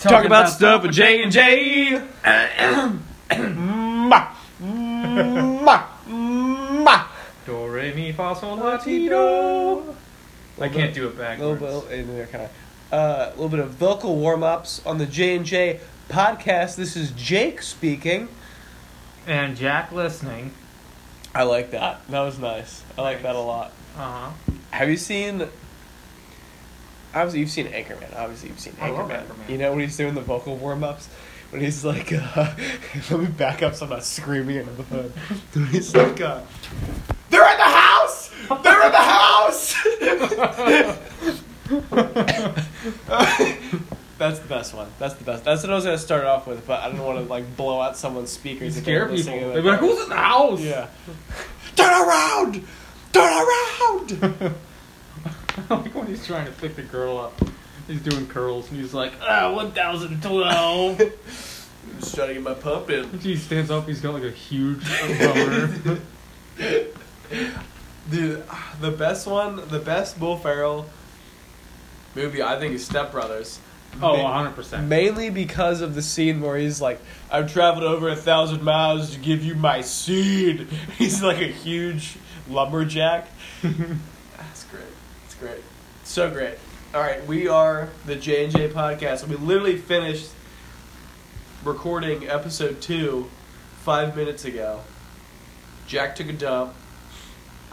Talk, about, stuff with J and Uh, J. uh, Do re mi fa sol la ti do. I can't do it A little backwards. bit, and they're kind of uh, a little bit of vocal warm ups on the J and J podcast. This is Jake speaking. And Jack listening. I like that. That was nice. I like that a lot. Uh huh. Have you seen? Obviously, you've seen Anchorman. Obviously, you've seen Anchorman. I love Anchorman. You know when he's doing the vocal warm ups, when he's like, uh, "Let me back up, so I'm not screaming into the phone." When he's like, uh, "They're in the house! They're in the house!" That's the best one. That's the best. That's what I was gonna start off with, but I didn't want to like blow out someone's speakers. if they're Scare people. listening to They'd the be like, who's in the house? Yeah. Turn around! Turn around! I like when he's trying to pick the girl up. He's doing curls and he's like, ah, 1012. I'm just trying to get my pump in. he stands up, he's got like a huge Oh, umbrella. Dude, ah, the best one, the best Will Ferrell movie I think is Step Brothers. oh, Ma- 100%. Mainly because of the scene where he's like, I've traveled over a thousand miles to give you my seed. He's like a huge lumberjack. That's great. That's great. So great. All right, we are the J and J podcast. We literally finished recording episode two five minutes ago. Jack took a dump.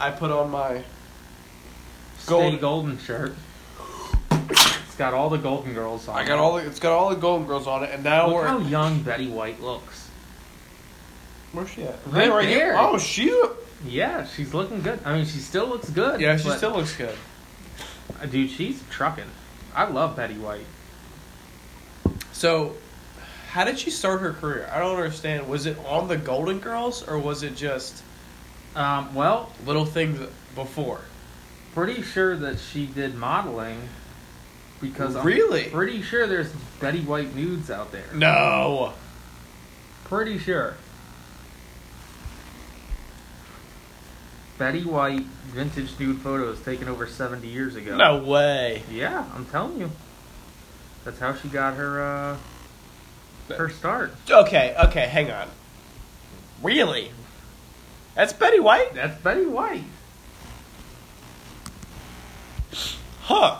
I put on my Stay Gold- golden shirt. It's got all the Golden Girls on I it. got all the, it's got all the Golden Girls on it, and now Look we're how young Betty White looks. where's she at? Right there. Oh, she. Yeah, she's looking good. I mean, she still looks good. Yeah, she but- still looks good. Uh, Dude, she's trucking. I love Betty White. So, how did she start her career? I don't understand. Was it on the Golden Girls, or was it just Um, well, little things before? pretty sure that she did modeling because I'm Really? pretty sure there's Betty White nudes out there. No. Pretty sure. Betty White vintage nude photos taken over 70 years ago. No way. Yeah, I'm telling you. That's how she got her uh, her start. Okay, okay, hang on. Really? That's Betty White? That's Betty White. Huh.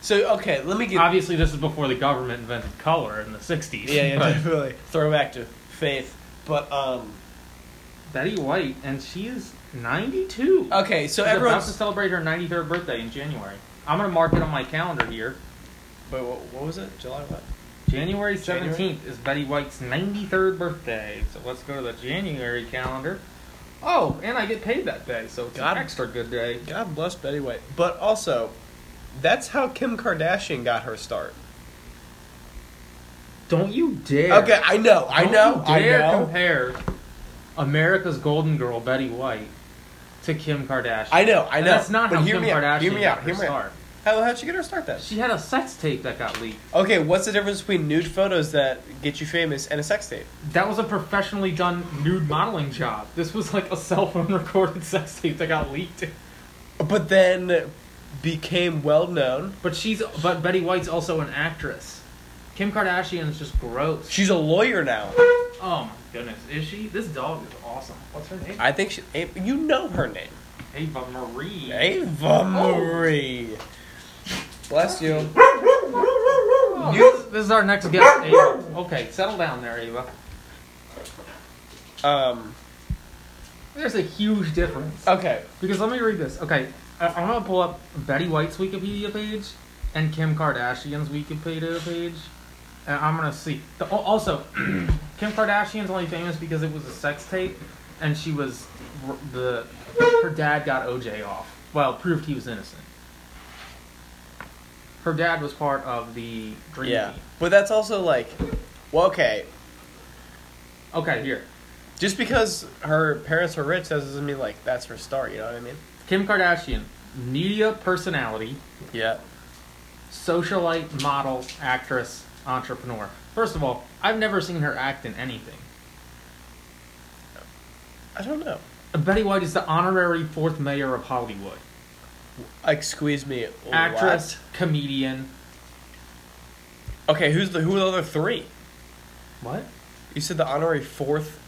So okay, let me get Obviously, this is before the government invented color in the 60s. Yeah, yeah, but definitely. Throwback to faith. But um Betty White, and she is 92. Okay, Oh, so She's about to everyone's celebrate her 93rd birthday in January. I'm gonna mark it on my calendar here. Wait, what, what was it? July what? January 17th January? is Betty White's 93rd birthday. So let's go to the January calendar. Oh, and I get paid that day, so it's Got it. an extra good day. God bless Betty White. But also, that's how Kim Kardashian got her start. Don't you dare. Okay, I know, I Don't know, you I dare know. compare America's golden girl, Betty White, to Kim Kardashian. I know, I know. That's not but how hear Kim me Kardashian out, hear me got her out, hear me out. start. How how'd she get her start then? She had a sex tape that got leaked. Okay, what's the difference between nude photos that get you famous and a sex tape? That was a professionally done nude modeling job. This was like a cell phone recorded sex tape that got leaked. But then became well known. But she's but Betty White's also an actress. Kim Kardashian is just gross. She's a lawyer now. oh my goodness, is she? This dog is awesome. What's her name? I think she. A- You know her name. Ava Marie. Oh. Ava Marie. Bless you. You- Oh, this is our next guest, Ava. Okay, settle down there, Ava. Um. There's a huge difference. Okay. Because let me read this. Okay, I- I'm gonna pull up Betty White's Wikipedia page and Kim Kardashian's Wikipedia page, and I'm gonna see. The, al- also, Kim Kardashian's only famous because it was a sex tape, and she was r- the her dad got OJ off. Well, proved he was innocent. Her dad was part of the Dream Yeah. Team. But that's also like, well, okay. Okay, here. Just because her parents are rich, that doesn't mean like that's her start. You know what I mean? Kim Kardashian, media personality, Yeah. socialite, model, actress, entrepreneur. First of all, I've never seen her act in anything. I don't know. Betty White is the honorary fourth mayor of Hollywood. Like, squeeze me. Actress, comedian. what? Okay, who's the who are the other three? What? You said the honorary fourth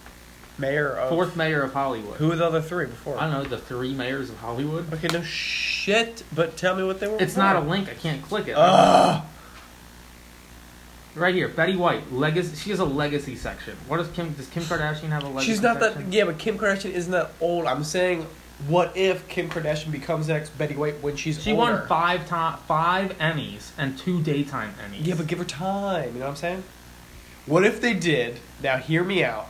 mayor of Fourth mayor of Hollywood. Oh. Who were the other three before? I don't know the three mayors of Hollywood. Okay, no shit. But tell me what they were. It's before. not a link. I can't click it. Ugh. Right here, Betty White. Legacy. She has a legacy section. What does Kim? Does Kim Kardashian have a legacy? She's not that. section? Yeah, but Kim Kardashian isn't that old. I'm saying, what if Kim Kardashian becomes the next Betty White when she's She older? won five to- five Emmys and two daytime Emmys. Yeah, but give her time. You know what I'm saying? What if they did? Now hear me out.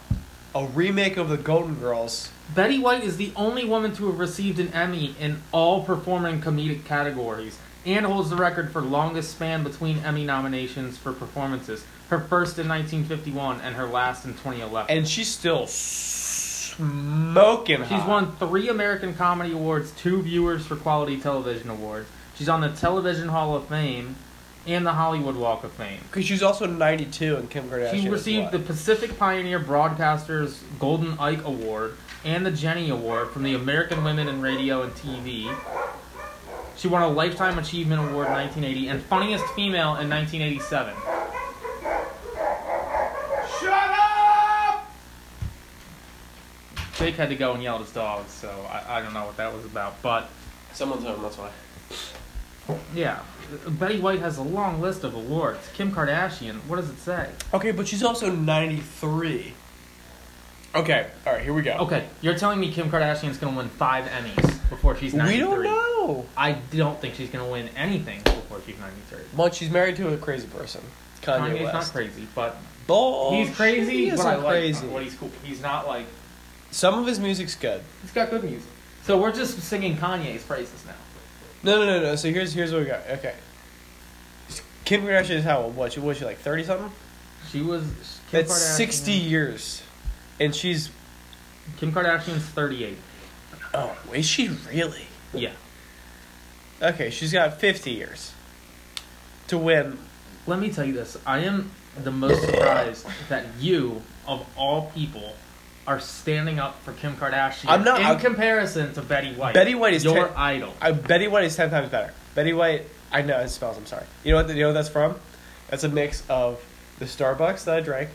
A remake of the Golden Girls. Betty White is the only woman to have received an Emmy in all performing comedic categories and holds the record for longest span between Emmy nominations for performances. Her first in 1951 and her last in 2011. and uh, she's still smoking hot. She's won three American Comedy Awards, two Viewers for Quality Television Awards. She's on the Television Hall of Fame and the Hollywood Walk of Fame. because she's also 92 and Kim Kardashian. She is received what? the Pacific Pioneer Broadcasters Golden Ike Award and the Jenny Award from the American Women in Radio and TV. She won a Lifetime Achievement Award in 1980 and Funniest Female in 1987. Shut up! Jake had to go and yell at his dog, so I, I don't know what that was about. But Someone's home. That's why. yeah, Betty White has a long list of awards. Kim Kardashian, what does it say? Okay, but she's also 93. Okay. All right. Here we go. Okay, you're telling me Kim Kardashian's gonna win five Emmys before she's 93. We don't know. I don't think she's gonna win anything before she's 93. Well, she's married to a crazy person, Kanye, Kanye's West. not crazy, but Bull- he's crazy. He isn't but I like crazy. him. Well, he's cool. He's not like Some of his music's good. he's got good music. So we're just singing Kanye's praises now. No, no, no, no. So here's here's what we got. Okay. Kim Kardashian is how old? What she was she like thirty something? She was Kim That's Kardashian- sixty years, and she's Kim Kardashian's 38. oh, is she really? Yeah. Okay, she's got fifty years to win. Let me tell you this. I am the most surprised that you, of all people, are standing up for Kim Kardashian. I'm not- in I'm- comparison to Betty White. Betty White is your ten- idol. I Betty White is ten times better. Betty White, I know it smells. I'm sorry. You know what? You know what that's from? That's a mix of the Starbucks that I drank,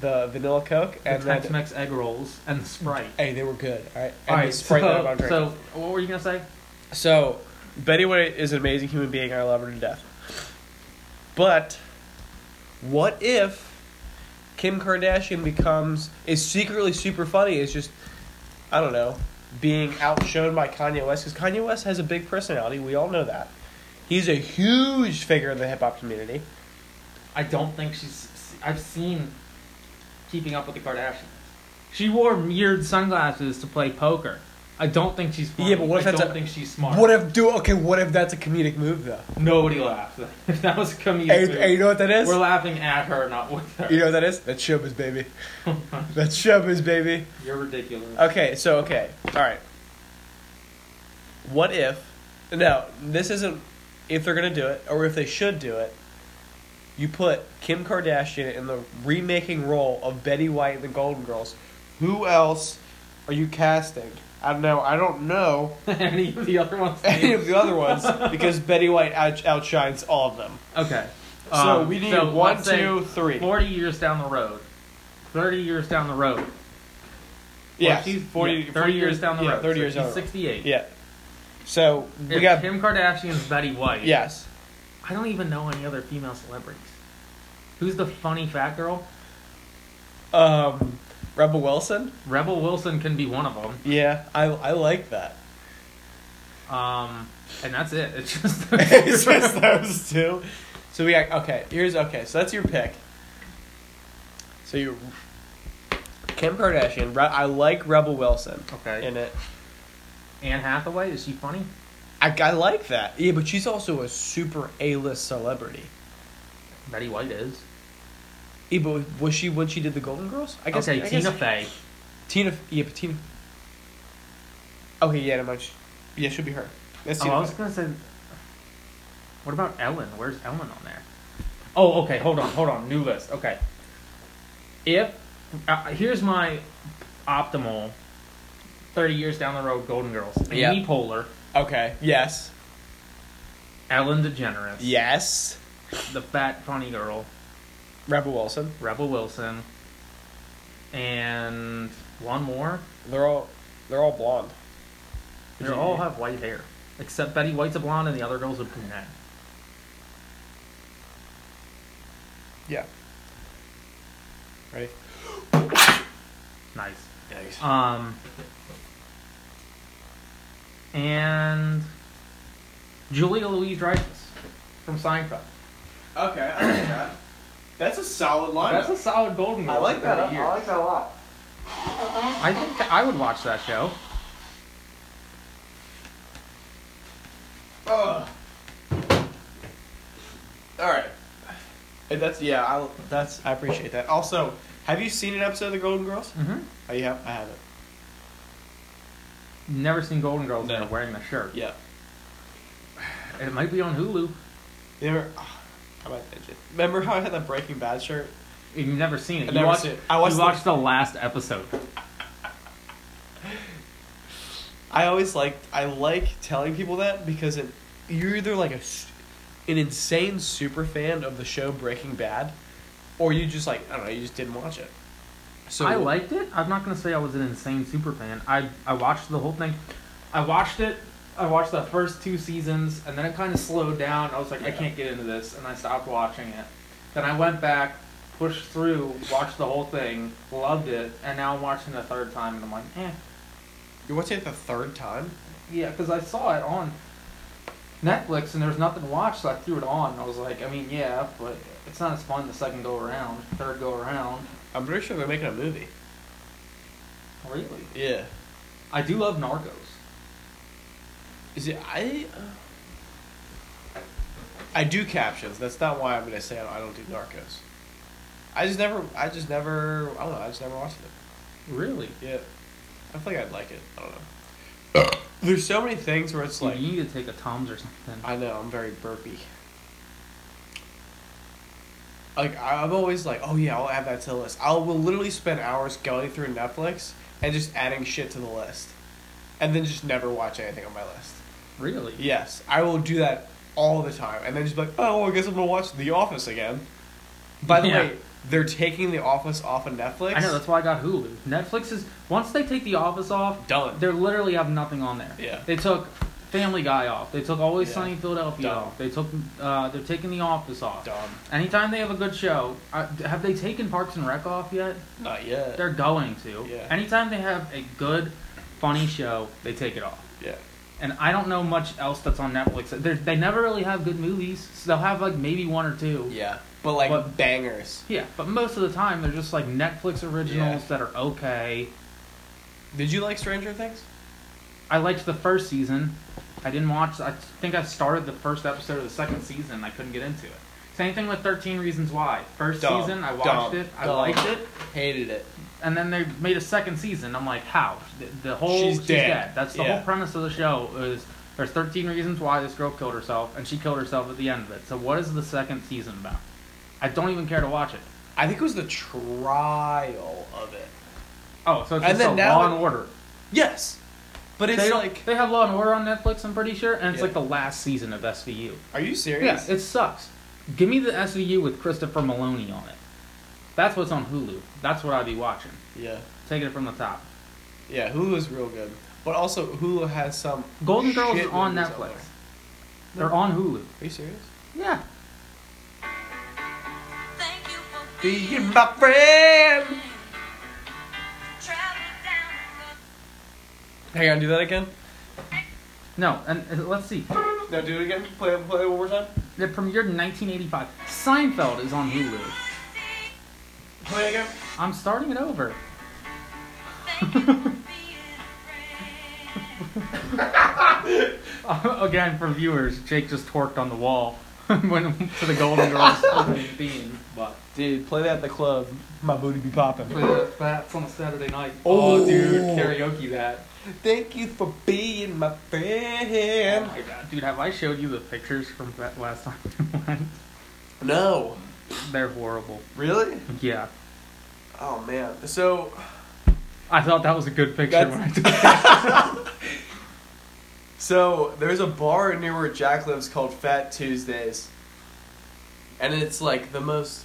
the vanilla Coke, and And then Tex-Mex egg rolls and Sprite. hey, they were good. All right, and All the right. Sprite that I'm So, about to drink. so what were you gonna say? So, Betty White is an amazing human being. I love her to death. But, what if Kim Kardashian becomes is secretly super funny? Is just I don't know being outshone by Kanye West because Kanye West has a big personality. We all know that. He's a huge figure in the hip hop community. I don't think she's. I've seen Keeping Up with the Kardashians. She wore mirrored sunglasses to play poker. I don't think she's. Funny. Yeah, but what if I that's don't a- think she's smart. What if do okay? What if that's a comedic move though? nobody laughed? If that was a comedic, Hey, move, hey, you know what that is? we're laughing at her, not with her. You know what that is? That's showbiz, baby. That's showbiz, baby. You're ridiculous. Okay, so okay, all right. What if? No, this isn't. If they're gonna do it, or if they should do it, you put Kim Kardashian in the remaking role of Betty White in the Golden Girls. Who else are you casting? I don't know. I don't know Any of the other ones? any of the other ones because Betty White out- outshines all of them. Okay. So Um, we need so one, let's say two, three. Forty years down the road. Thirty years down the road. Yeah, Well, she's 40 yeah, 40 Thirty years down the yeah, road. Thirty so years she's down the road. Sixty-eight. Yeah. So we If got Kim Kardashian's Betty White. yes. I don't even know any other female celebrities. Who's the funny fat girl? Um, Rebel Wilson. Rebel Wilson can be one of them. Yeah, I I like that. Um, and that's it. It's just. it's just those two. So we got okay. Here's okay. So that's your pick. So you, Kim Kardashian. Re- I like Rebel Wilson okay. in it. Anne Hathaway is she funny? I, I like that. Yeah, but she's also a super A list celebrity. Betty White is. Yeah, but was she when she did the Golden Girls? I okay, I Tina guess- Fey. Tina. Yeah, but Tina. Okay, yeah, no much. Yeah, should be her. That's Oh, Tina I was Fey. gonna say. What about Ellen? Where's Ellen on there? Oh, okay. Hold on. Hold on. New list. Okay. If uh, here's my optimal. Thirty years down the road, Golden Girls. Amy Yeah. Poehler, Okay. Yes. Ellen DeGeneres, Yes. the fat funny girl, Rebel Wilson. Rebel Wilson, and one more. They're all they're all blonde. They all have white hair, except Betty White's a blonde and the other girl's a brunette. Yeah. Ready? Nice. Um, and Julia Louise Dreyfus from Seinfeld. Okay, I like that. That's a solid That's a solid golden. I Girl like that. I Years. like that a lot. I think that I would watch that show. Ugh. All right. And that's yeah. I that's I appreciate that. Also, have you seen an episode of The Golden Girls? Mm-hmm. Oh, you have. I haven't. Never seen Golden Girls No. and they're wearing the shirt. Yeah. It might be on Hulu. You ever? How about that? shit? Remember how I had that Breaking Bad shirt? You've never seen it. I've You never watched, seen it. I watched you the- watched the last episode. I always liked. I like telling people that because it. You're either like a, s- an insane super fan of the show Breaking Bad, or you just like I don't know. You just didn't watch it. So I liked it. I'm not gonna say I was an insane super fan. I I watched the whole thing. I watched it. I watched the first two seasons, and then it kind of slowed down. I was like, I Yeah. can't get into this, and I stopped watching it. Then I went back, pushed through, watched the whole thing, loved it, and now I'm watching the third time, and I'm like, eh, You're watching it the third time. yeah, because I saw it on Netflix, and there was nothing to watch, so I threw it on. and I was like, I mean, yeah, but it's not as fun the second go around, third go around, I'm pretty sure they're making a movie. really. Yeah. I do love Narcos. Is it I? uh, I do captions. That's not why I'm gonna say I don't do Narcos. I just never. I just never. I don't know. I just never watched it. Really. Yeah. I feel like I'd like it. I don't know. There's so many things where it's Dude, like you need to take a Tom's or something. I know I'm very burpy. Like I- I'm always like, oh yeah, I'll add that to the list. I will literally spend hours going through Netflix and just adding shit to the list, and then just never watch anything on my list. really? Yes, I will do that all the time, and then just be like, oh, well, I guess I'm gonna watch The Office again. By the Yeah. way, they're taking The Office off of Netflix. I know that's why I got Hulu. Netflix is once they take The Office off, done. they literally have nothing on there. Yeah. They took Family Guy off. They took Always Yeah. Sunny in Philadelphia Dumb. off. They took uh, they're taking The Office off. Dumb. Anytime they have a good show, uh, have they taken Parks and Rec off yet? Not yet. They're going to. Yeah. Anytime they have a good, funny show, they take it off. yeah. And I don't know much else that's on Netflix. They're, they never really have good movies. So they'll have like maybe one or two. Yeah. But like But- bangers. Yeah, but most of the time they're just like Netflix originals that are okay. Did you like Stranger Things? I liked the first season. I didn't watch. I think I started the first episode of the second season. and I couldn't get into it. Same thing with Thirteen Reasons Why. First Dumb, season, I watched dumb, it. I dumb. liked it, Hated it. and then they made a second season. I'm like, how? The, the whole She's dead. That's the Yeah. whole premise of the show. Is there's 13 reasons why this girl killed herself, and she killed herself at the end of it. So what is the second season about? I don't even care to watch it. I think it was the trial of it. Oh, so it's And just then a now Law it- and Order. Yes. But it's they, like, they have Law and Order on Netflix. I'm pretty sure, and it's Yeah. like the last season of SVU. are you Yeah, serious? it sucks. Give me the SVU with Christopher Maloney on it. That's what's on Hulu. That's what I'd be watching. Yeah. Taking it from the top. Yeah. Hulu is real good, but also Hulu has some Golden Girls is shit on movies out Netflix. there. They're on Hulu. Are you serious? Yeah. Thank you for Be being my friend. traveling down the road. Hang on, do that again. No, and and let's see. No, do it again. Play, play it one more time. It premiered in 1985. Seinfeld is on Hulu. Play it again. I'm starting it over. Thank you for being a friend. Again, for viewers, Jake just twerked on the wall when to the Golden Girls opening theme. But Dude, play that at the club. My booty be popping. that's on a Saturday night. Oh. karaoke that. Thank you for being my Oh friend. my god, dude, have I showed you the pictures from that last time we went? No. They're horrible. Really? Yeah. Oh man. So I thought that was a good picture That's- when I took it. so there's a bar near where Jack lives called Fat Tuesdays. and it's like the most.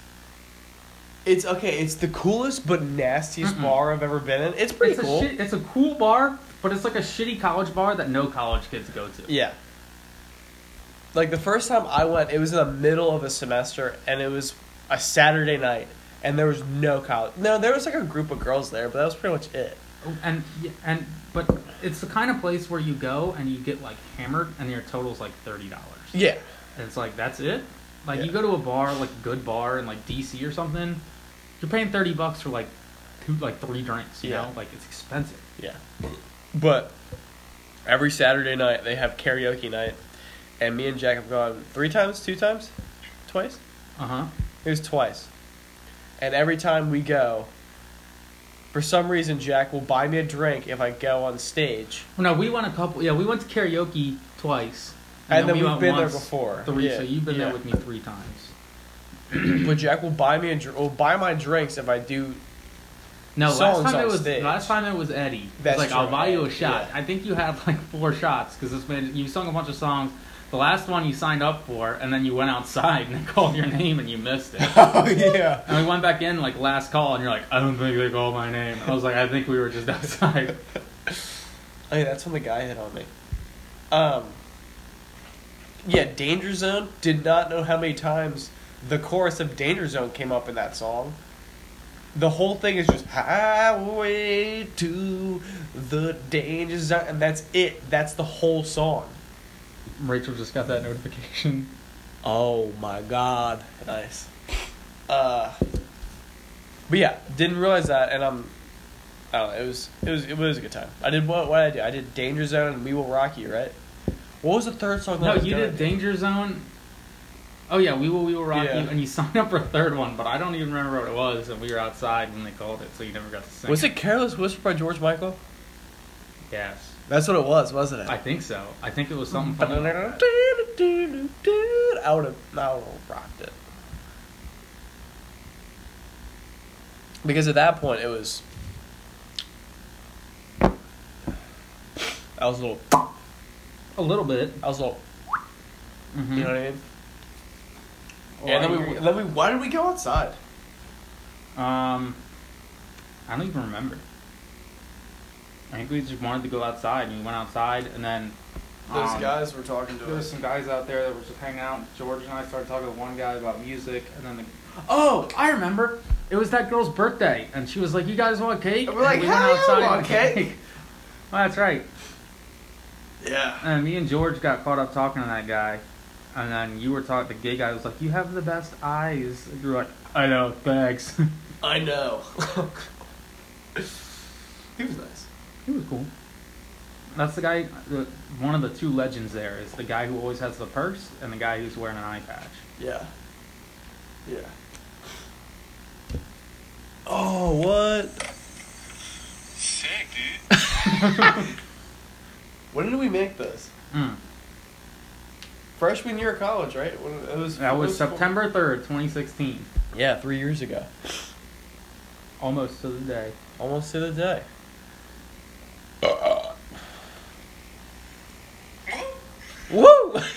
It's okay. It's the coolest but nastiest Mm-mm. bar I've ever been in. It's pretty it's cool. A shit, it's a cool bar, but it's like a shitty college bar that no college kids go to. Yeah. Like the first time I went, it was in the middle of a semester, and it was a Saturday night, and there was no college. No, there was like a group of girls there, but that was pretty much it. Oh, And and but it's the kind of place where you go and you get like hammered, and your total's like thirty dollars. Yeah. And it's like that's it. Like Yeah. you go to a bar, like a good bar in like DC or something, you're paying thirty bucks for like two, like three drinks. You Yeah. know, like it's expensive. Yeah. But every Saturday night they have karaoke night, and me and Jack have gone three times, two times, twice. Uh huh. It was twice. And every time we go, for some reason Jack will buy me a drink if I go on stage. No, we went a couple. Yeah, we went to karaoke twice, And then we we've went been there before. Three. Yeah, So you've been yeah. there with me three times. but Jack will buy me a dr- will buy my drinks if I do. No, songs last time on it was stage. last time it was Eddie. He was That's like I'll true, buy you a Eddie, shot. yeah. I think you had like four shots because this man you sung a bunch of songs. The last one you signed up for, and then you went outside and they called your name and you missed it. Oh yeah. And we went back in like last call, and you're like, I don't think they called my name. I was like, I think we were just outside. Oh yeah, that's when the guy hit on me. Um. Yeah, Danger Zone. Did not know how many times the chorus of Danger Zone came up in that song. The whole thing is just highway to the danger zone, and that's it. That's the whole song. Rachel just got that notification. Oh my god. Nice. Uh But yeah, didn't realize that and I'm I don't know, it was it was it was a good time. I did what what did I do? I did Danger Zone and We Will Rock You, right? What was the third song that I No, was you gonna did do? Danger Zone. Oh yeah, we will, we will rock Yeah. you, and you signed up for a third one, but I don't even remember what it was, and we were outside when they called it, so you never got to sing. Was it Careless Whisper by George Michael? Yes, That's what it was, wasn't I think so. I think it was something. I funny would like have that. I would have rocked it. Because at that point it was I was a little A little bit. I was a little Mm-hmm. you know what I mean? Oh, and I then we hear you. then we why did we go outside? um, I don't even remember. I think we just wanted to go outside, and we went outside, and then Those um, guys were talking to There was us. some guys out there that were just hanging out. George and I started talking to one guy about music, and then the oh, I remember. It was that girl's birthday, and she was like, "You guys want cake?" And we're like, "Hell yeah, we want and- cake." Well, that's right. Yeah. And me and George got caught up talking to that guy, and then you were talking. The gay guy was like, "You have the best eyes." And you were like, "I know, thanks." I know. he was nice. he was cool. That's the guy. The, one of the two legends there is the guy who always has the purse, and the guy who's wearing an eye patch. Yeah. Yeah. Oh what? Sick, dude. When did we make this? Mm. Freshman year of college, right? When it was That it was four- September third, twenty sixteen. Yeah, three years ago. Almost to the day. Almost to the day. Woo!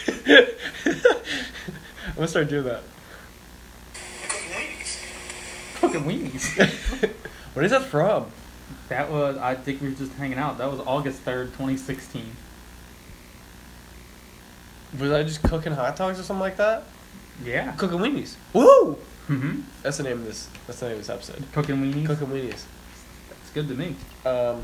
I'm gonna start doing that. Fucking weenies. What is that from? that was, I think we were just hanging out. That was August 3rd, 2016. Was I just cooking hot dogs or something like that? Yeah. Cooking weenies. Woo! Mm-hmm. That's the name of this. That's the name of this episode. Cooking weenies. Cooking weenies. It's good to me. Um.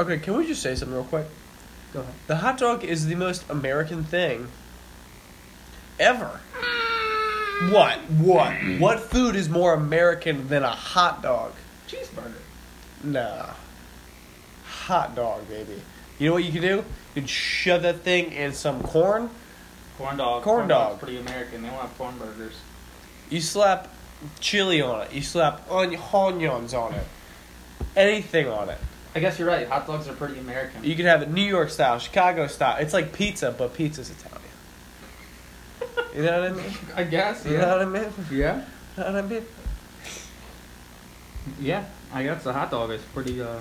Okay, can we just say something real quick? Go ahead. The hot dog is the most American thing ever. What? What? What food is more American than a hot dog? Cheeseburger. Nah. Hot dog, baby. You know what you can do? You can shove that thing in some corn. Corn dog. Corn dog's dog. pretty American. They don't have corn burgers. You slap chili on it. You slap onion- onions on it. Anything on it. I guess you're right. Hot dogs are pretty American. You can have it New York style, Chicago style. It's like pizza, but pizza's Italian. You know what I mean? I guess, You know yeah. what I mean? Yeah? You know what I mean? Yeah. I guess the hot dog is pretty, uh,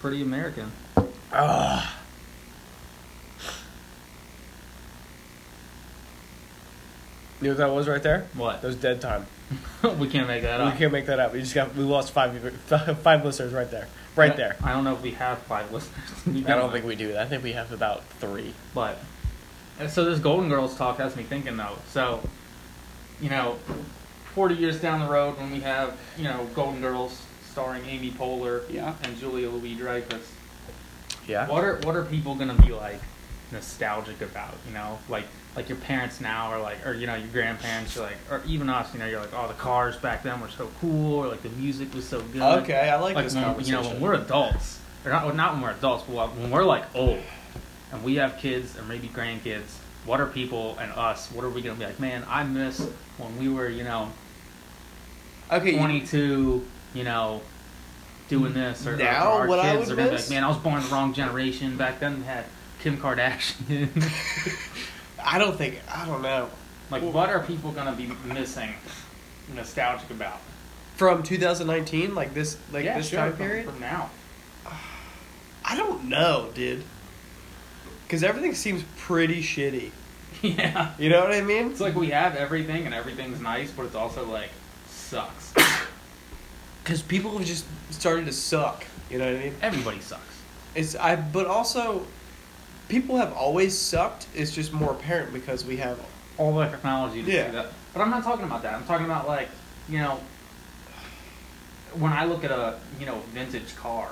pretty American. Ah, You know what that was right there? What? That was dead time. we can't make that We up. can't make that up. We just got we lost five five listeners right there, right there. I don't know if we have five listeners. I don't think we do. I think we have about three. But and so this Golden Girls talk has me thinking though. So, you know, forty years down the road when we have you know Golden Girls starring Amy Poehler Yeah. and Julia Louis Dreyfus, Yeah. what are what are people gonna be like nostalgic about? You know, like like your parents now are like, or you know your grandparents, you're like, or even us, you know, you're like, oh the cars back then were so cool, or like the music was so good. Okay, I like, Like this when, you conversation. know when we're adults, or not not when we're adults, but when we're like old, and we have kids or maybe grandkids. What are people and us? What are we gonna be like? Man, I miss when we were, you know, okay, you- 22, you know, doing this. Or, Now, or our what I kids would are gonna be miss? like, man, I was born the wrong generation. Back then, they had Kim Kardashian. I don't think I don't know like, what are people gonna be missing, nostalgic about? from 2019 like this like yeah, this sure, time from- period. from now. I don't know, dude. Because everything seems pretty shitty. yeah, You know what I mean? it's like we have everything and everything's nice, but it's also like sucks. Because people have just started to suck. You know what I mean? Everybody sucks. It's I, but also, people have always sucked. It's just more apparent because we have. all the technology to Yeah. do that. But I'm not talking about that. I'm talking about like, you know, when I look at a you know vintage car,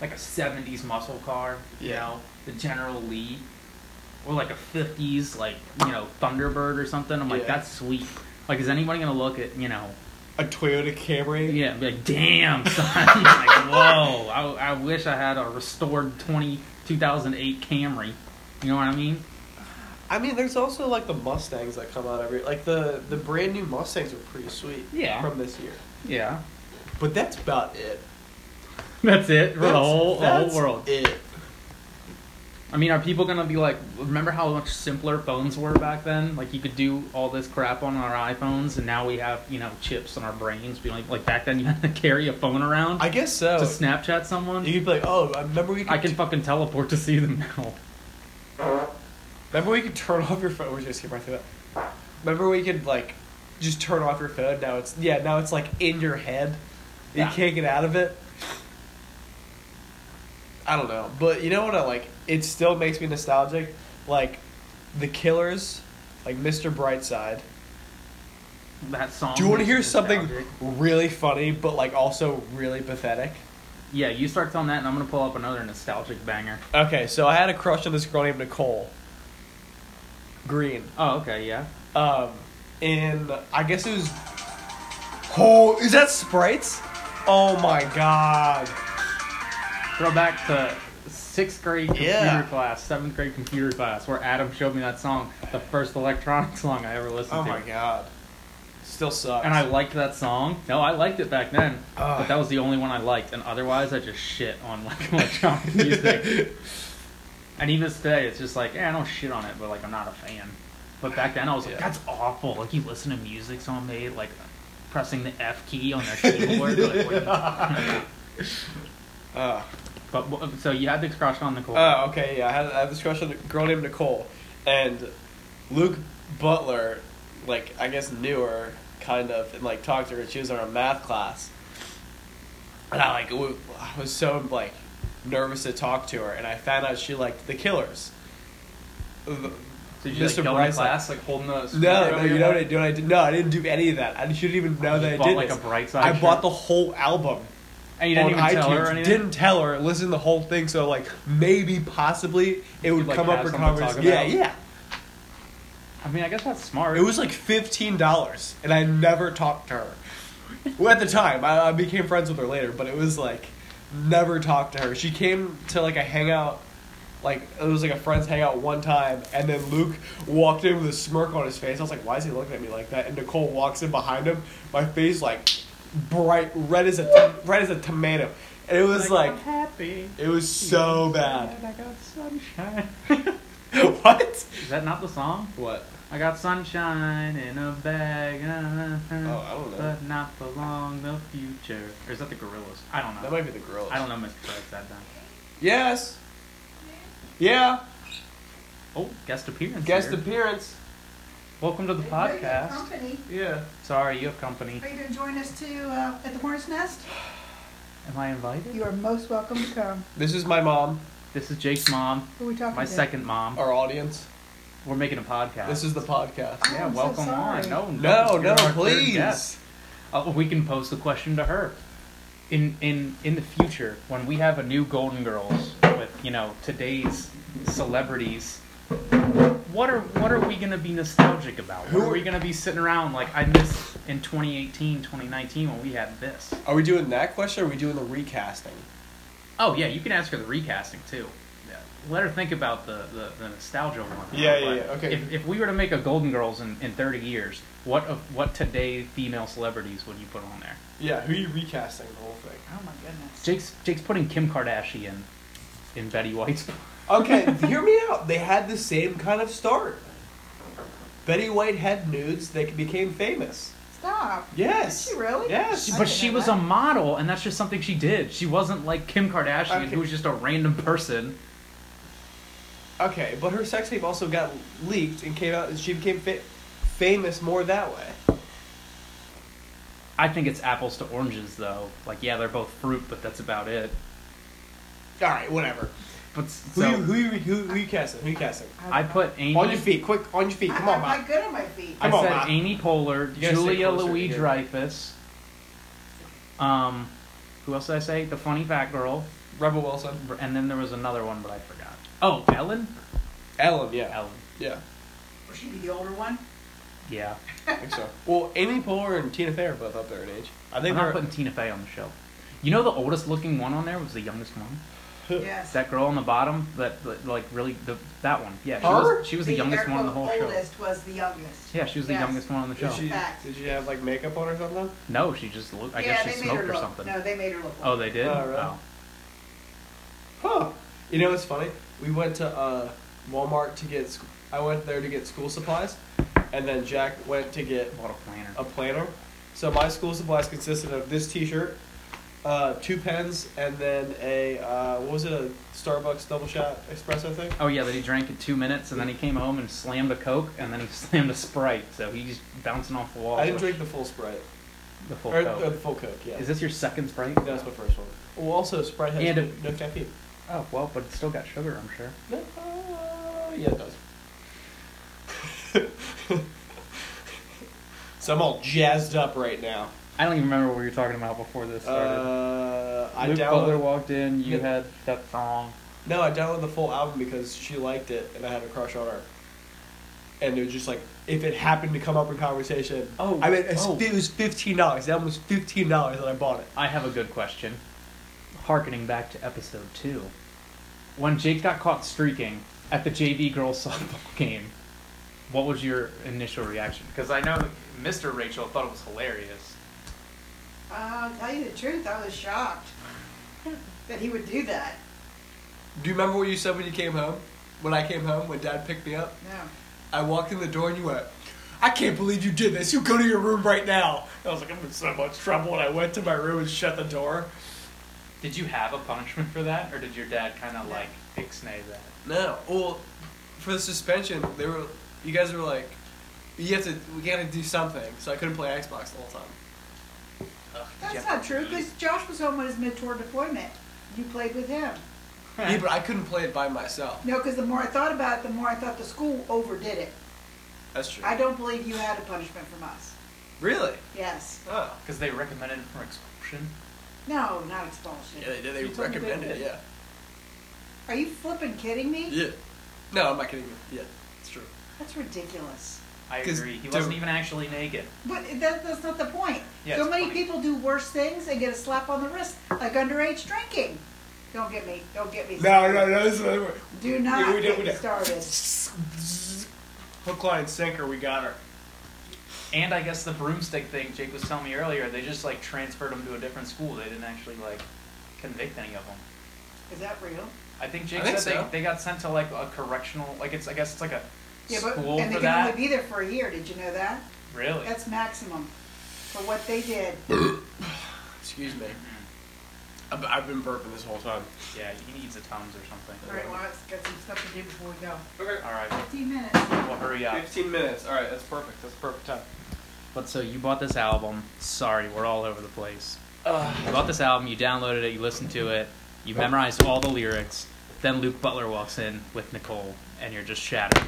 like a '70s muscle car, you Yeah. know, the General Lee, or like a '50s like you know Thunderbird or something. I'm like, Yeah. that's sweet. Like, is anybody gonna look at you know? A Toyota Camry. Yeah, be like, damn, son. like, whoa. I, I wish I had a restored 20, 2008 Camry. You know what I mean? I mean, there's also like the Mustangs that come out every like the the brand new Mustangs are pretty sweet. Yeah. From this year, Yeah. but that's about it. That's it for the That's- whole the whole that's world. It. I mean, are people gonna be like, remember how much simpler phones were back then? Like you could do all this crap on our iPhones, and now we have you know chips in our brains. Be like, like back then you had to carry a phone around I guess so. to Snapchat someone. You could be like, oh, I remember we could. I can fucking teleport to see them now. Remember we could turn off your phone. oh, We're just skip right through that. Remember we could like just turn off your phone. Now it's yeah. Now it's like in your head. You Yeah. can't get out of it. I don't know, but you know what? I like. It still makes me nostalgic. Like the Killers, like Mr. Brightside. That song. Do you want to is hear something nostalgic. really funny, but like also really pathetic? Yeah, you start telling that, and I'm gonna pull up another nostalgic banger. Okay, so I had a crush on this girl named Nicole Green. Oh, okay, yeah. Um, and I guess it was. Oh, is that sprites? Oh my god! Throw back to sixth grade computer Yeah. class, seventh grade computer class, where Adam showed me that song, the first electronic song I ever listened Oh to. my god! Still sucks. and I liked that song. No, I liked it back then, Ugh. but that was the only one I liked. And otherwise, I just shit on like electronic music. And even today, it's just like, eh, I don't shit on it, but like I'm not a fan. But back then, I was like, Yeah. that's awful. Like you listen to music someone made, like pressing the F key on their keyboard. like, what you- Ugh. but wh- so you had the crush on Nicole. Oh, okay, yeah. I had, I had this crush on a girl named Nicole, and Luke Butler, like I guess knew her kind of, and like talked to her. and She was in our math class, and I like w- I was so like nervous to talk to her, and I found out she liked The Killers. The- Did you like, Mr. go into Brightside. class like holding the No, no, you know what I, do, I did? No, I didn't do any of that. I shouldn't even know that I bought, did like, this. a bright side I bought shirt? the whole album and you didn't on even tell her or iTunes. anything. Didn't tell her. Listened to the whole thing, so like maybe possibly it would like, come up have for something to talk conversation. Yeah, about. yeah. I mean, I guess that's smart. It was like fifteen dollars, and I never talked to her. Well, at the time, I, I became friends with her later, but it was like never talked to her. She came to like a hangout, like it was like a friend's hangout one time, and then Luke walked in with a smirk on his face. I was like, "Why is he looking at me like that?" And Nicole walks in behind him. My face like bright red as a t- red as a tomato, and it was like I'm happy. it was so bad. I got sunshine. what? Is that not the song? What? I got sunshine in a bag, uh, Oh, I don't know. but not for long. The future, or is that the Gorillas? I don't know. That might be the girl. I don't know, Mr. Brightside. Then. Yes. Yeah. Oh, guest appearance. Guest here. appearance. Welcome to the Great podcast. Company. Yeah. Sorry, you have company. Are you going to join us to uh, at the Hornet's Nest? Am I invited? You are most welcome to come. This is my mom, This is Jake's mom, Who are we talking my to? second mom. our audience. We're making a podcast. This is the podcast. Oh, yeah, I'm so welcome on. sorry. No, no, No, you're no, our third guest. please. Uh, we can pose the question to her. In in in the future, when we have a new Golden Girls with you know today's celebrities, what are what are we gonna be nostalgic about? Who Who are are- we gonna be sitting around like I miss in 2018, 2019 when we had this? Are we doing that question or are we doing the recasting? Oh yeah, you can ask her the recasting too. Let her think about the, the, the nostalgia one. Yeah, yeah, But yeah, okay. If, if we were to make a Golden Girls in, in 30 years, what of what today female celebrities would you put on there? Yeah, who are you recasting the whole thing? Oh my goodness. Jake's Jake's putting Kim Kardashian in Betty White's. Okay, hear me out. They had the same kind of start. Betty White had nudes that became famous. Stop. Yes. She really? Yes. I But didn't she know was that. a model, and that's just something she did. She wasn't like Kim Kardashian, Okay. who was just a random person. Okay, but her sex tape also got leaked and came out, and she became fa- famous more that way. I think it's apples to oranges, though. Like, yeah, they're both fruit, but that's about it. All right, whatever. But s- Who so you, who you, who, who you casting? Who you casting? don't I know. put Amy. On your feet, quick! On your feet! Come on, I, I'm Matt. not good on my feet. I Come on, said Matt. Amy Poehler, You gotta stay Julia closer Louis to here. Dreyfus. Um, who else did I say? The funny fat girl, Rebel Wilson. and then there was another one, but I forgot. Oh, Ellen. Ellen, yeah, Ellen. yeah, Will she be the older one? Yeah. I think so. Well, Amy Poehler and Tina Fey are both up there in age. I I'm think not they're. putting Tina Fey on the show. You know the oldest looking one on there was the youngest one. yes. That girl on the bottom, that that, like really the that one. Yeah, she Her? was she was the, youngest air one on the whole quote show. oldest was the youngest. Yeah, she was the Yes. youngest one on the show. Did she, did she have like makeup on or something? No, she just looked. I yeah, guess she they made her smoked or look. something. No, they made her look. Oh, they did. Oh, really? Oh. Huh. You know what's funny? We went to uh, Walmart to get. Sc- I went there to get school supplies, and then Jack went to get What a planner. a planner. So my school supplies consisted of this T-shirt, uh, two pens, and then a uh, what was it? A Starbucks double shot espresso thing. Oh yeah, that he drank in two minutes, and then he came home and slammed a coke, and then he slammed a sprite. So he's bouncing off the wall. I uh, didn't drink the full Sprite the full or coke. the full Coke. Yeah, Is this your second sprite? no, that's my first one. Well, also Sprite has And no, a- no caffeine. Oh well, but it's still got sugar, I'm sure. No, uh, yeah, it does. so I'm all jazzed up right now. I don't even remember what we were talking about before this started. Uh, I Luke downloaded. Butler walked in. You Yeah. had that song. No, I downloaded the full album because she liked it and I had a crush on her. And it was just like if it happened to come up in conversation. Oh, I mean, it's, oh. it was fifteen dollars. That was fifteen dollars, and I bought it. I have a good question. Harkening back to episode two, when Jake got caught streaking at the JV girls softball game, what was your initial reaction? Because I know Mr. Rachel thought it was hilarious. Uh, I'll tell you the truth, I was shocked that he would do that. Do you remember what you said when you came home? When I came home, when Dad picked me up, No. I walked in the door and you went, "I can't believe you did this. You go to your room right now." I was like, "I'm in so much trouble," and I went to my room and shut the door. Did you have a punishment for that, or did your dad kind of like ixnay that? No. Well, for the suspension, they were you guys were like, you have to we gotta do something. So I couldn't play Xbox the whole time. That's not true because Josh was home on his mid tour deployment. You played with him. yeah, but I couldn't play it by myself. No, because the more I thought about it, the more I thought the school overdid it. That's true. I don't believe you had a punishment from us. really? Yes. Oh. Because they recommended it for expulsion. No, not expulsion. Yeah, they did. They You told me recommended it. did. Yeah. Are you flipping kidding me? Yeah. No, I'm not kidding you. Yeah, it's true. That's ridiculous. I 'Cause agree. He don't- wasn't even actually naked. But that, that's not the point. Yeah, so it's many funny. people do worse things and get a slap on the wrist, like underage drinking. Don't get me. Don't get me. No, no, no. This is another one. Do not Yeah, we did, get we me did. started. Hook, line, sinker. We got her. And I guess the broomstick thing Jake was telling me earlier, they just like transferred him to a different school. They didn't actually like convict any of them. Is that real? I think Jake I think said so. they, they got sent to like a correctional, like it's I guess it's like a Yeah, but school and they for can that. only be there for a year. Did you know that? really? That's maximum for what they did. Excuse me. I've I've been burping this whole time. Yeah, he needs a tums or something. All right, well, let's get some stuff to do before we go. Okay. All right, Fifteen minutes. we'll hurry up. 15 minutes. All right, that's perfect. That's perfect time. But so you bought this album. Sorry, we're all over the place. Uh, You bought this album, you downloaded it, you listened to it, you memorized all the lyrics. Then Luke Butler walks in with Nicole, and you're just shattered.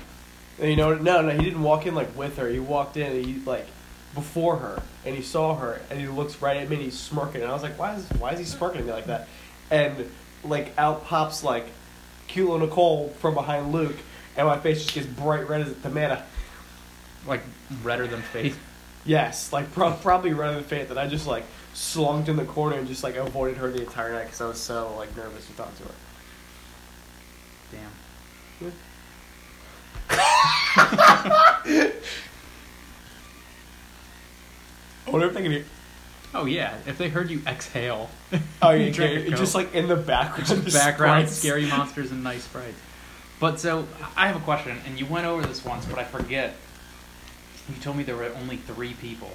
you know, no, no, he didn't walk in like with her. He walked in and he like before her, and he saw her, and he looks right at me, and he's smirking, and I was like, why is why is he smirking at me like that? And like out pops like cute little Nicole from behind Luke, and my face just gets bright red as a tomato. Like redder than faith. Yes, like pro- probably rather than fate that I just like slunked in the corner and just like avoided her the entire night because I was so like nervous to talk to her. Damn. I wonder if they can hear. Oh yeah, if they heard you exhale, Oh, yeah, You drink a okay. just Coke. like in the background. just just background sprites. scary monsters and nice sprites. But so I have a question, and you went over this once, but I forget. You told me there were only three people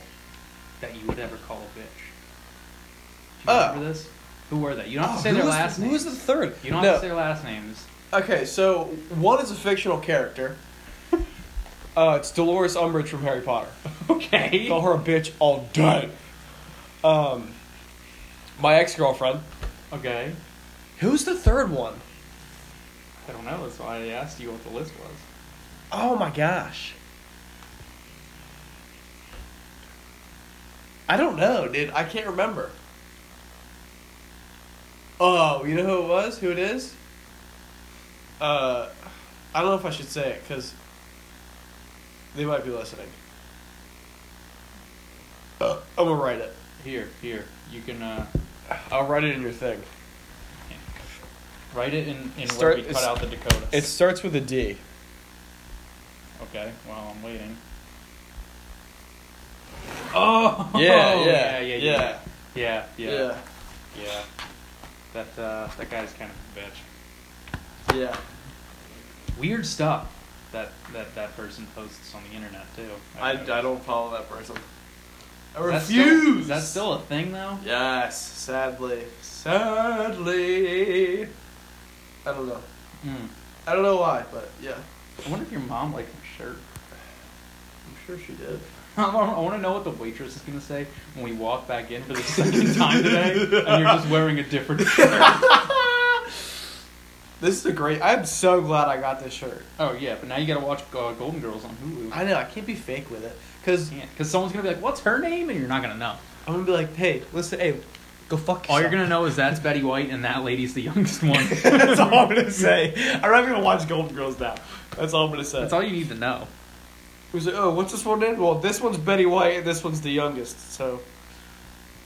that you would ever call a bitch. Do you Oh. remember this? Who were they? You don't have Oh, to say who their was- last Who names. was the third? You don't no. have to say their last names. Okay, so one is a fictional character. uh, it's Dolores Umbridge from Harry Potter. Okay. Call her a bitch all day. Um, my ex girlfriend. Okay. Who's the third one? I don't know. That's why I asked you what the list was. Oh my gosh. I don't know, dude. I can't remember. Oh, you know who it was? Who it is? Uh, I don't know if I should say it because they might be listening. Uh, I'm gonna write it. Here, here. You can uh, I'll write it in your thing. write it in, in where Start- we cut it's- out the Dakotas. It starts with a D. Okay, well, I'm waiting. Oh! yeah, yeah, yeah. Yeah, yeah, yeah. That, uh, that guy's kind of a yeah, yeah. bitch. Weird stuff that, that that person posts on the internet, too. I, I don't follow that person. I Is that still- refuse. Is that still a thing, though? Yes, sadly, sadly. I don't know. Hmm. I don't know why, but yeah, I wonder if your mom liked my shirt. I'm sure she did. I want to know what the waitress is going to say when we walk back in for the second time today and you're just wearing a different shirt. This is a great. I'm so glad I got this shirt. Oh, yeah, but now you got to watch uh, Golden Girls on Hulu. I know I can't be fake with it, cause Because someone's gonna be like, "What's her name?" and you're not gonna know. I'm gonna be like, hey, listen, hey, go fuck. All you're gonna yourself. know is that's Betty White and that lady's the youngest one. That's all I'm gonna say. I'm not gonna watch Golden Girls now. That's all I'm gonna say. that's all you need to know. It was like, oh, what's this one in? Well, this one's Betty White, and this one's the youngest. So,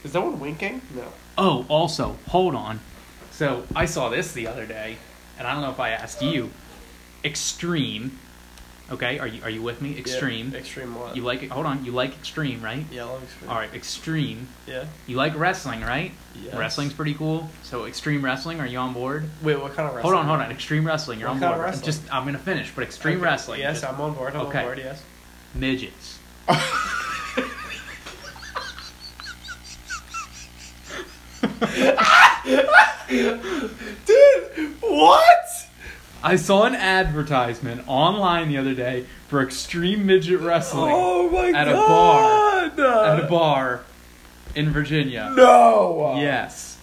is that one winking? No. Oh, also, hold on. So I saw this the other day, and I don't know if I asked you. Extreme. Okay, are you are you with me? Extreme. Extreme what? You like it? Hold on. You like extreme, right? uh, yeah, long extreme. All right, extreme. Yeah. You like wrestling, right? Yes. Wrestling's pretty cool. So extreme wrestling, are you on board? Wait, what kind of wrestling? Hold on, hold on. Extreme wrestling, you're What on kind board. I'm of wrestling? Just I'm gonna finish, but extreme Okay. wrestling. Yes, just I'm on board. I'm Okay. on board. Yes. midgets. Dude, what? I saw an advertisement online the other day for extreme midget wrestling Oh my At a bar. god! at a bar in Virginia. No. Yes.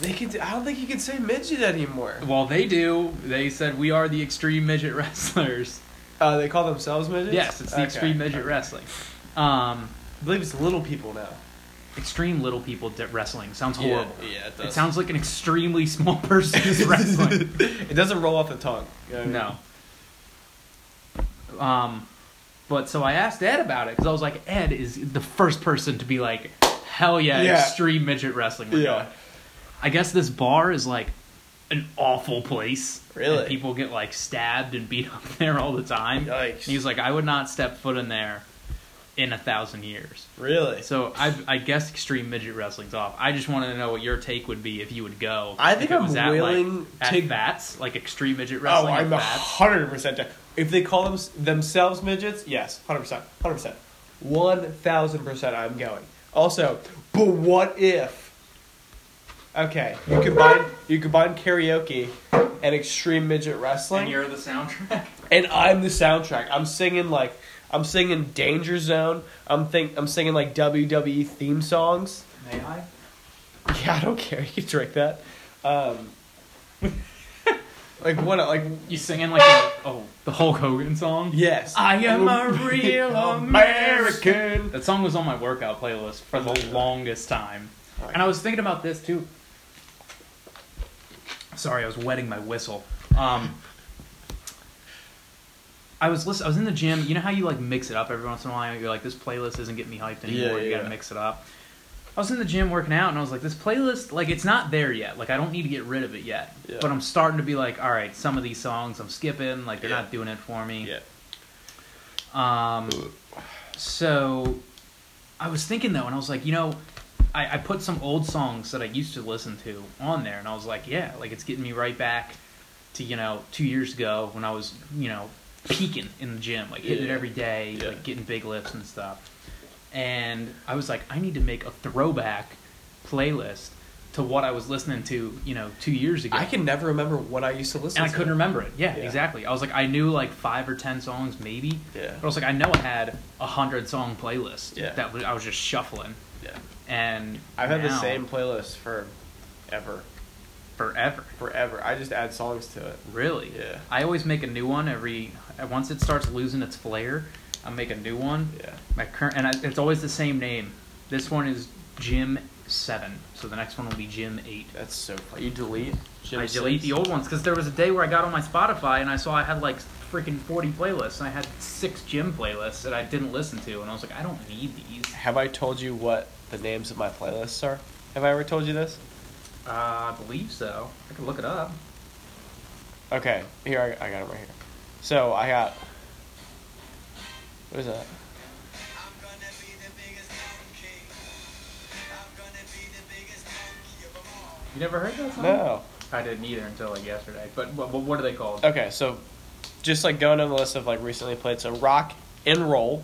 They can. I don't think you can say midget anymore. Well, they do. They said we are the extreme midget wrestlers. Uh, they call themselves midgets. Yes, it's the Okay. extreme midget wrestling. Um, I believe it's little people now. extreme little people di- wrestling sounds horrible. yeah, it, sounds like an extremely small person is wrestling. it doesn't roll off the tongue. You know what I mean? No. Um, but so I asked Ed about it because I was like, Ed is the first person to be like, hell yeah, Yeah. extreme midget wrestling. We're Yeah. going. I guess this bar is like an awful place. and Really? people get like stabbed and beat up there all the time. Yikes. And he's like, I would not step foot in there in a thousand years. Really? So I, I guess extreme midget wrestling's off. I just wanted to know what your take would be if you would go. I think if it I'm was at, like, willing at to- bats, like extreme midget Oh, wrestling. at I'm a bats. hundred percent. down. If they call them, themselves midgets, yes, hundred percent, hundred percent, one thousand percent. I'm going. Also, but what if Okay, you combine you combine karaoke and extreme midget wrestling, And you're the soundtrack. and I'm the soundtrack. I'm singing like I'm singing Danger Zone. I'm think I'm singing like WWE theme songs. May I? Yeah, I don't care. You can drink that. Um, like what? Like You singing like a, oh the Hulk Hogan song? yes, I am a real American. American. That song was on my workout playlist for the longest time, and I was thinking about this too. Sorry, I was wetting my whistle. Um, I was listen- I was in the gym. You know how you like mix it up every once in a while. You're like, this playlist isn't getting me hyped anymore. Yeah, you yeah. gotta mix it up. I was in the gym working out, and I was like, this playlist, like, it's not there yet. Like, I don't need to get rid of it yet. Yeah. But I'm starting to be like, all right, some of these songs I'm skipping. Like, they're Yeah. not doing it for me. Yeah. Um, so I was thinking though, and I was like, you know, I, I put some old songs that I used to listen to on there, and I was like, yeah, like it's getting me right back to you know two years ago when I was you know peaking in the gym, like hitting Yeah. it every day, Yeah. like getting big lifts and stuff. And I was like, I need to make a throwback playlist to what I was listening to, you know, two years ago I can never remember what I used to listen. and I to. couldn't remember it. Yeah, Yeah. exactly. I was like, I knew like five or ten songs maybe. Yeah. But I was like, I know I had a hundred song playlist. Yeah. That was, I was just shuffling, Yeah. and I've had the now, same playlist for ever, forever. forever. I just add songs to it. Really. Yeah. I always make a new one every. Once it starts losing its flair, I make a new one. Yeah. My current and I, it's always the same name. This one is Jim Seven. So the next one will be Jim Eight. That's so funny. You delete? I delete the old ones because there was a day where I got on my Spotify and I saw I had like freaking 40 playlists and I had six gym playlists that I didn't listen to and I was like, I don't need these. Have I told you what the names of my playlists are? Have I ever told you this? Uh, I believe so. I could look it up. Okay, here I, I got it right here. So I got. What is that? You never heard that song? No. I didn't either until like yesterday. But what, what are they called? Okay, so just like going down the list of like recently played, so rock and roll.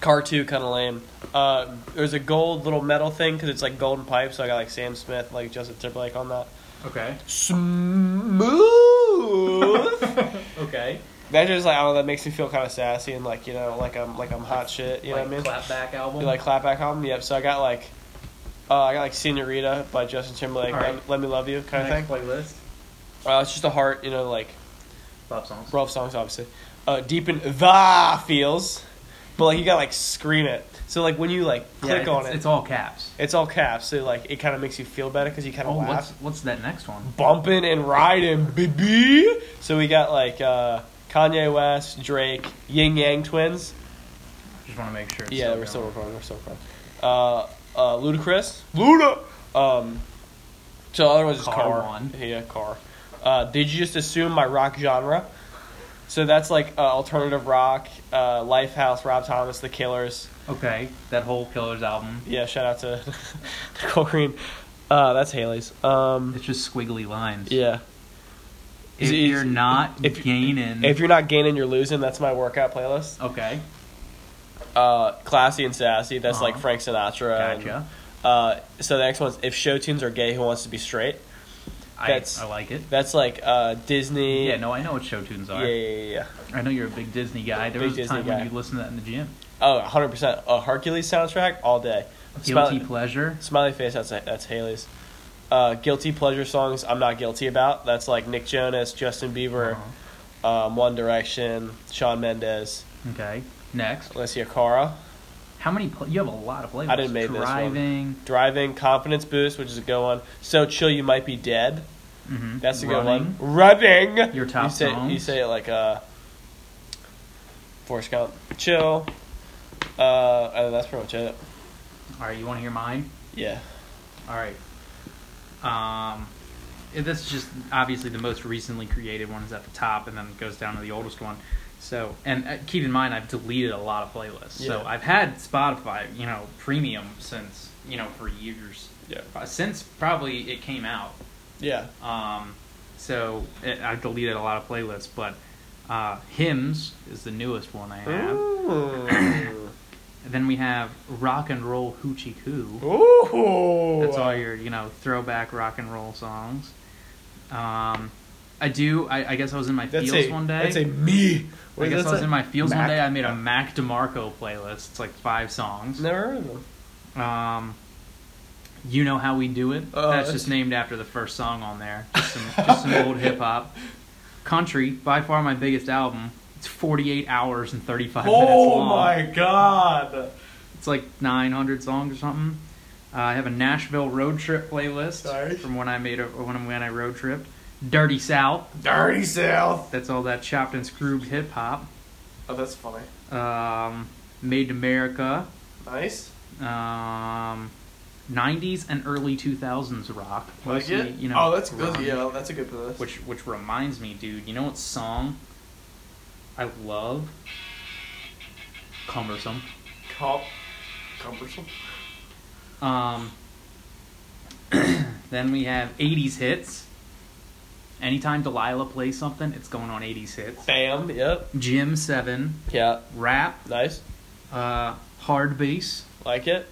Car two kind of lame. Uh, there's a gold little metal thing because it's like golden pipe, so I got like Sam Smith, like Justin Timberlake on that. Okay. Smooth. okay. that just like I don't know, that makes me feel kind of sassy and like you know like I'm like I'm hot shit. You know like what I mean? Clapback album. You like clapback album? Yep. So I got like, uh, I got like Senorita by Justin Timberlake. All right. Let, Let me love you kind Next of thing. playlist. Uh, it's just a heart, you know, like Love songs. love songs, obviously. Uh, deep in the feels, but like you got to like scream it. So like when you like Yeah, click it's, on it, It's it's, all caps. all caps. So like it kind of makes you feel better because you kind of Oh, what's laugh. what's that next one? Bumping and riding, baby. So we got like uh, Kanye West, Drake, Ying Yang Twins. Just want to make sure. It's Yeah, we're still going. recording. We're still recording. Uh, uh, Ludacris. Luda. Um, so the other one's just Car car. one. Yeah, car. Uh, did you just assume my rock genre? So that's like uh, alternative rock, uh, Lifehouse, Rob Thomas, The Killers. Okay, that whole Killers album. Yeah, shout out to Nicole Green. Uh, that's Haley's. Um, It's just squiggly lines. yeah. If Is- is- you're not if- gaining, If you're not gaining, you're losing. That's my workout playlist. okay, Uh, classy and sassy. That's Oh. like Uh-huh. Frank Sinatra. and- gotcha. uh, so the next one's if show tunes are gay, who wants to be straight? I, that's- I like it. That's like uh, Disney. Yeah, no, I know what show tunes Yeah, are. yeah, yeah, yeah. I know you're a big Disney guy. There Big was a Disney time guy. when you listened to that in the gym. Oh, 100%. A Hercules soundtrack all day. Guilty Smiley, pleasure. smiley face, that's, that's Haley's. Uh, guilty pleasure songs I'm not guilty about. That's like Nick Jonas, Justin Bieber, Uh-huh. um, One Direction, Sean Mendes, Okay, next. Alicia Cara. How many? Pl- you have a lot of playlists. I didn't make this one. driving. Driving, Confidence Boost, which is a good one. So Chill You Might Be Dead. mhm, That's a running. good one. Running. Your top you say, You songs? say it like uh, Forrest Gump. Chill. Uh, and that's pretty much it. All right, you want to hear mine? Yeah. All right. Um, it- this is just obviously the most recently created one is at the top, and then it goes down to the oldest one. So, and uh, keep in mind, I've deleted a lot of playlists. So Yeah. I've had Spotify, you know, premium since you know for years, Yeah. Uh, since probably it came out. Yeah. Um, so it, I've deleted a lot of playlists, but uh, hymns is the newest one I have. And then we have rock and roll hoochie coo. Ooh. That's all your, you know, throwback rock and roll songs. Um, I do. I, I guess I was in my That's fields a, one day. That's a me. What I is guess that? I was in my fields Mac- one day. I made a Mac DeMarco playlist. It's like five songs. Never heard of them. Um, you know how we do it. Oh, that's, that's- just named after the first song on there. Just some, just some old hip hop. Country, by far my biggest album. It's 48 hours and 35 minutes Oh long. my god. It's like 900 songs or something. Uh, I have a Nashville road trip playlist Nice. from when I made a, or when, when I road tripped. Dirty South. Dirty South. That's all that chopped and screwed hip hop. Oh, that's funny. Um, Made in America. Nice. Um, 90s and early 2000s rock. Like Mostly, it? You know, oh, that's good. grunge. Yeah, that's a good playlist. Which which reminds me, dude. You know what song I love? Cumbersome. Cop. Cumbersome. Um, then we have 80s hits. Anytime Delilah plays something, it's going on 80s hits. Bam. Yep. Jim 7, Yeah. rap, Nice. uh, hard bass. Like it.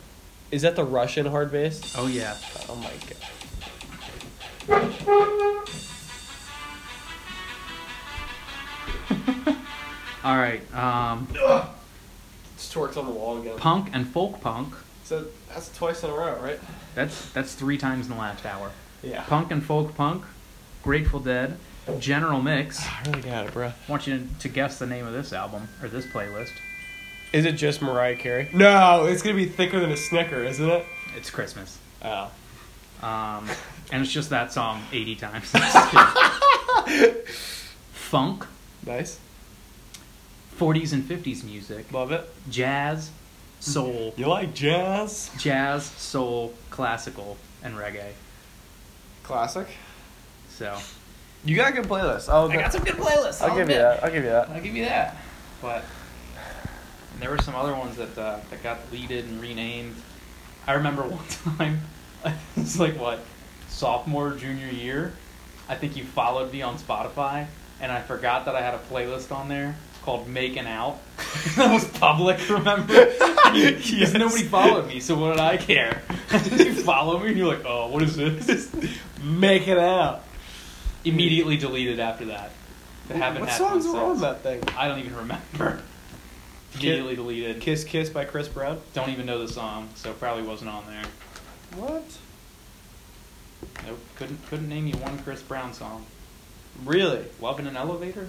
Is that the Russian hard bass? Oh, yeah. Oh my god. All right. Um, Just torques on the wall again. punk and folk punk. So that's twice in a row, right? That's, that's three times in the last hour. Yeah. Punk and folk punk, Grateful Dead, General Mix. I really got it, bro. want you to guess the name of this album or this playlist. Is it just Mariah Carey? No, it's gonna be thicker than a snicker, isn't it? It's Christmas. Oh. Um, and it's just that song 80 times. Funk, Nice. 40s and 50s music, Love it. Mm-hmm. jazz, soul, You like jazz? jazz, soul, classical, and reggae. Classic. So You got a good playlist. I'll, I got some good playlists. I'll give you that. I'll give you that. I'll give you that. But and there were some other ones that uh, that got deleted and renamed. I remember one time, it's like what sophomore junior year. I think you followed me on Spotify, and I forgot that I had a playlist on there called "Making Out." that was public, remember? Because Yes. nobody followed me, so what did I care? you follow me, and you're like, "Oh, what is this?" Make it out. Immediately deleted after that. That haven't What happened songs were on since. that thing? I don't even remember. Immediately deleted. Kiss Kiss by Chris Brown. Don't even know the song, so probably wasn't on there. What? Nope. Couldn't couldn't name you one Chris Brown song. Really? Love in an elevator?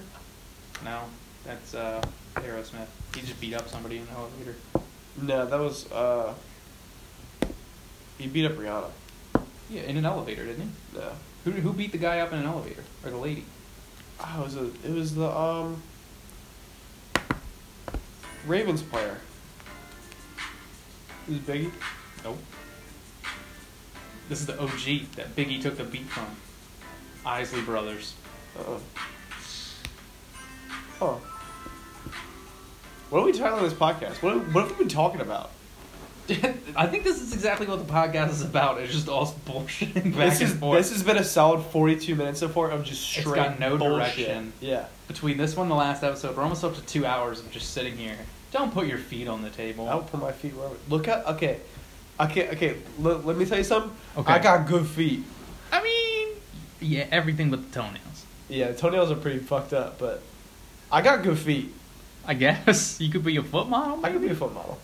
No, that's uh, Aerosmith. He just beat up somebody in an elevator. No, that was uh. He beat up Rihanna. Yeah, in an elevator, didn't No. he? Who who beat the guy up in an elevator or the lady? Oh, it was a, it was the um. Ravens player. Is it Biggie? Nope. This is the OG that Biggie took the beat from. Isley Brothers. Uh-oh. Huh. What are we titling this podcast? What what have we been talking about? I think this is exactly what the podcast is about. It's just all bullshitting back this and is forth. this has been a solid forty-two minutes so far of just It's straight got no bullshit. direction. Yeah. between this one and the last episode, we're almost up to two hours of just sitting here. Don't put your feet on the table. I'll put my feet where I would- Look at okay, okay, okay. L- let me tell you something. Okay. I got good feet. I mean, yeah, everything but the toenails. Yeah, toenails are pretty fucked up, but I got good feet. I guess you could be a foot model. I could be maybe? a foot model.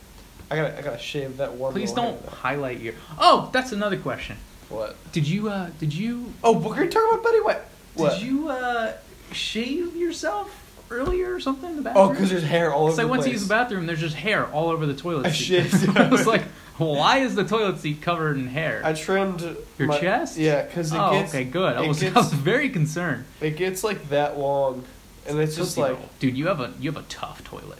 I gotta, I gotta shave that one. Please little don't hair, highlight your. Oh, that's another question. though. What? Did you? uh Did you? Oh, we're gonna talk about Betty White. What? Did you uh shave yourself earlier or something in the bathroom? oh, because there's hair all over. So I the went place. to use the bathroom. There's just hair all over the toilet I seat. shaved. I was like, why is the toilet seat covered in hair? I trimmed Your my- chest? Yeah, because it oh, gets okay, good. I it was, gets- I was very concerned. it gets like that long, and it's just Tootsie like Roll. dude, you have a you have a tough toilet.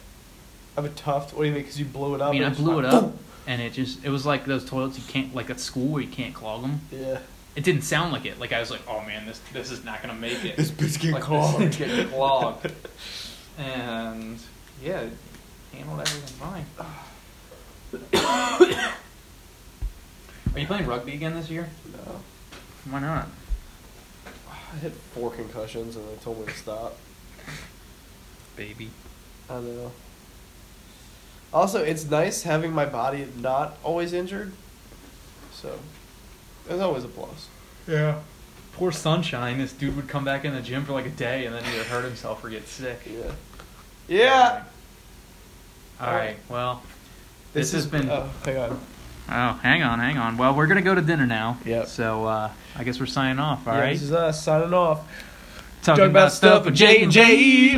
I have a tuft. What do you mean? Because you blew it I up. mean, I and it's blew it like, up, Oh, boom. and it just it was like those toilets you can't like at school where you can't clog them. Yeah. It didn't sound like it. Like I was like, oh man, this this is not gonna make it. This bitch getting like, clogged. This is getting clogged. and yeah, it handled everything fine. Are you playing rugby again this year? No. Why not? I had four concussions and they told me to stop. Baby. I don't know. Also, it's nice having my body not always injured. So, there's always a plus. Yeah. Poor Sunshine. This dude would come back in the gym for like a day and then either hurt himself or get sick. Yeah. Yeah. All right. Well, this, has is- been. Oh, hang on. Oh, hang on, hang on. Well, we're gonna go to dinner now. Yep. So uh, I guess we're signing off. All Yeah, right. This is us signing off. Talking about stuff with J and J.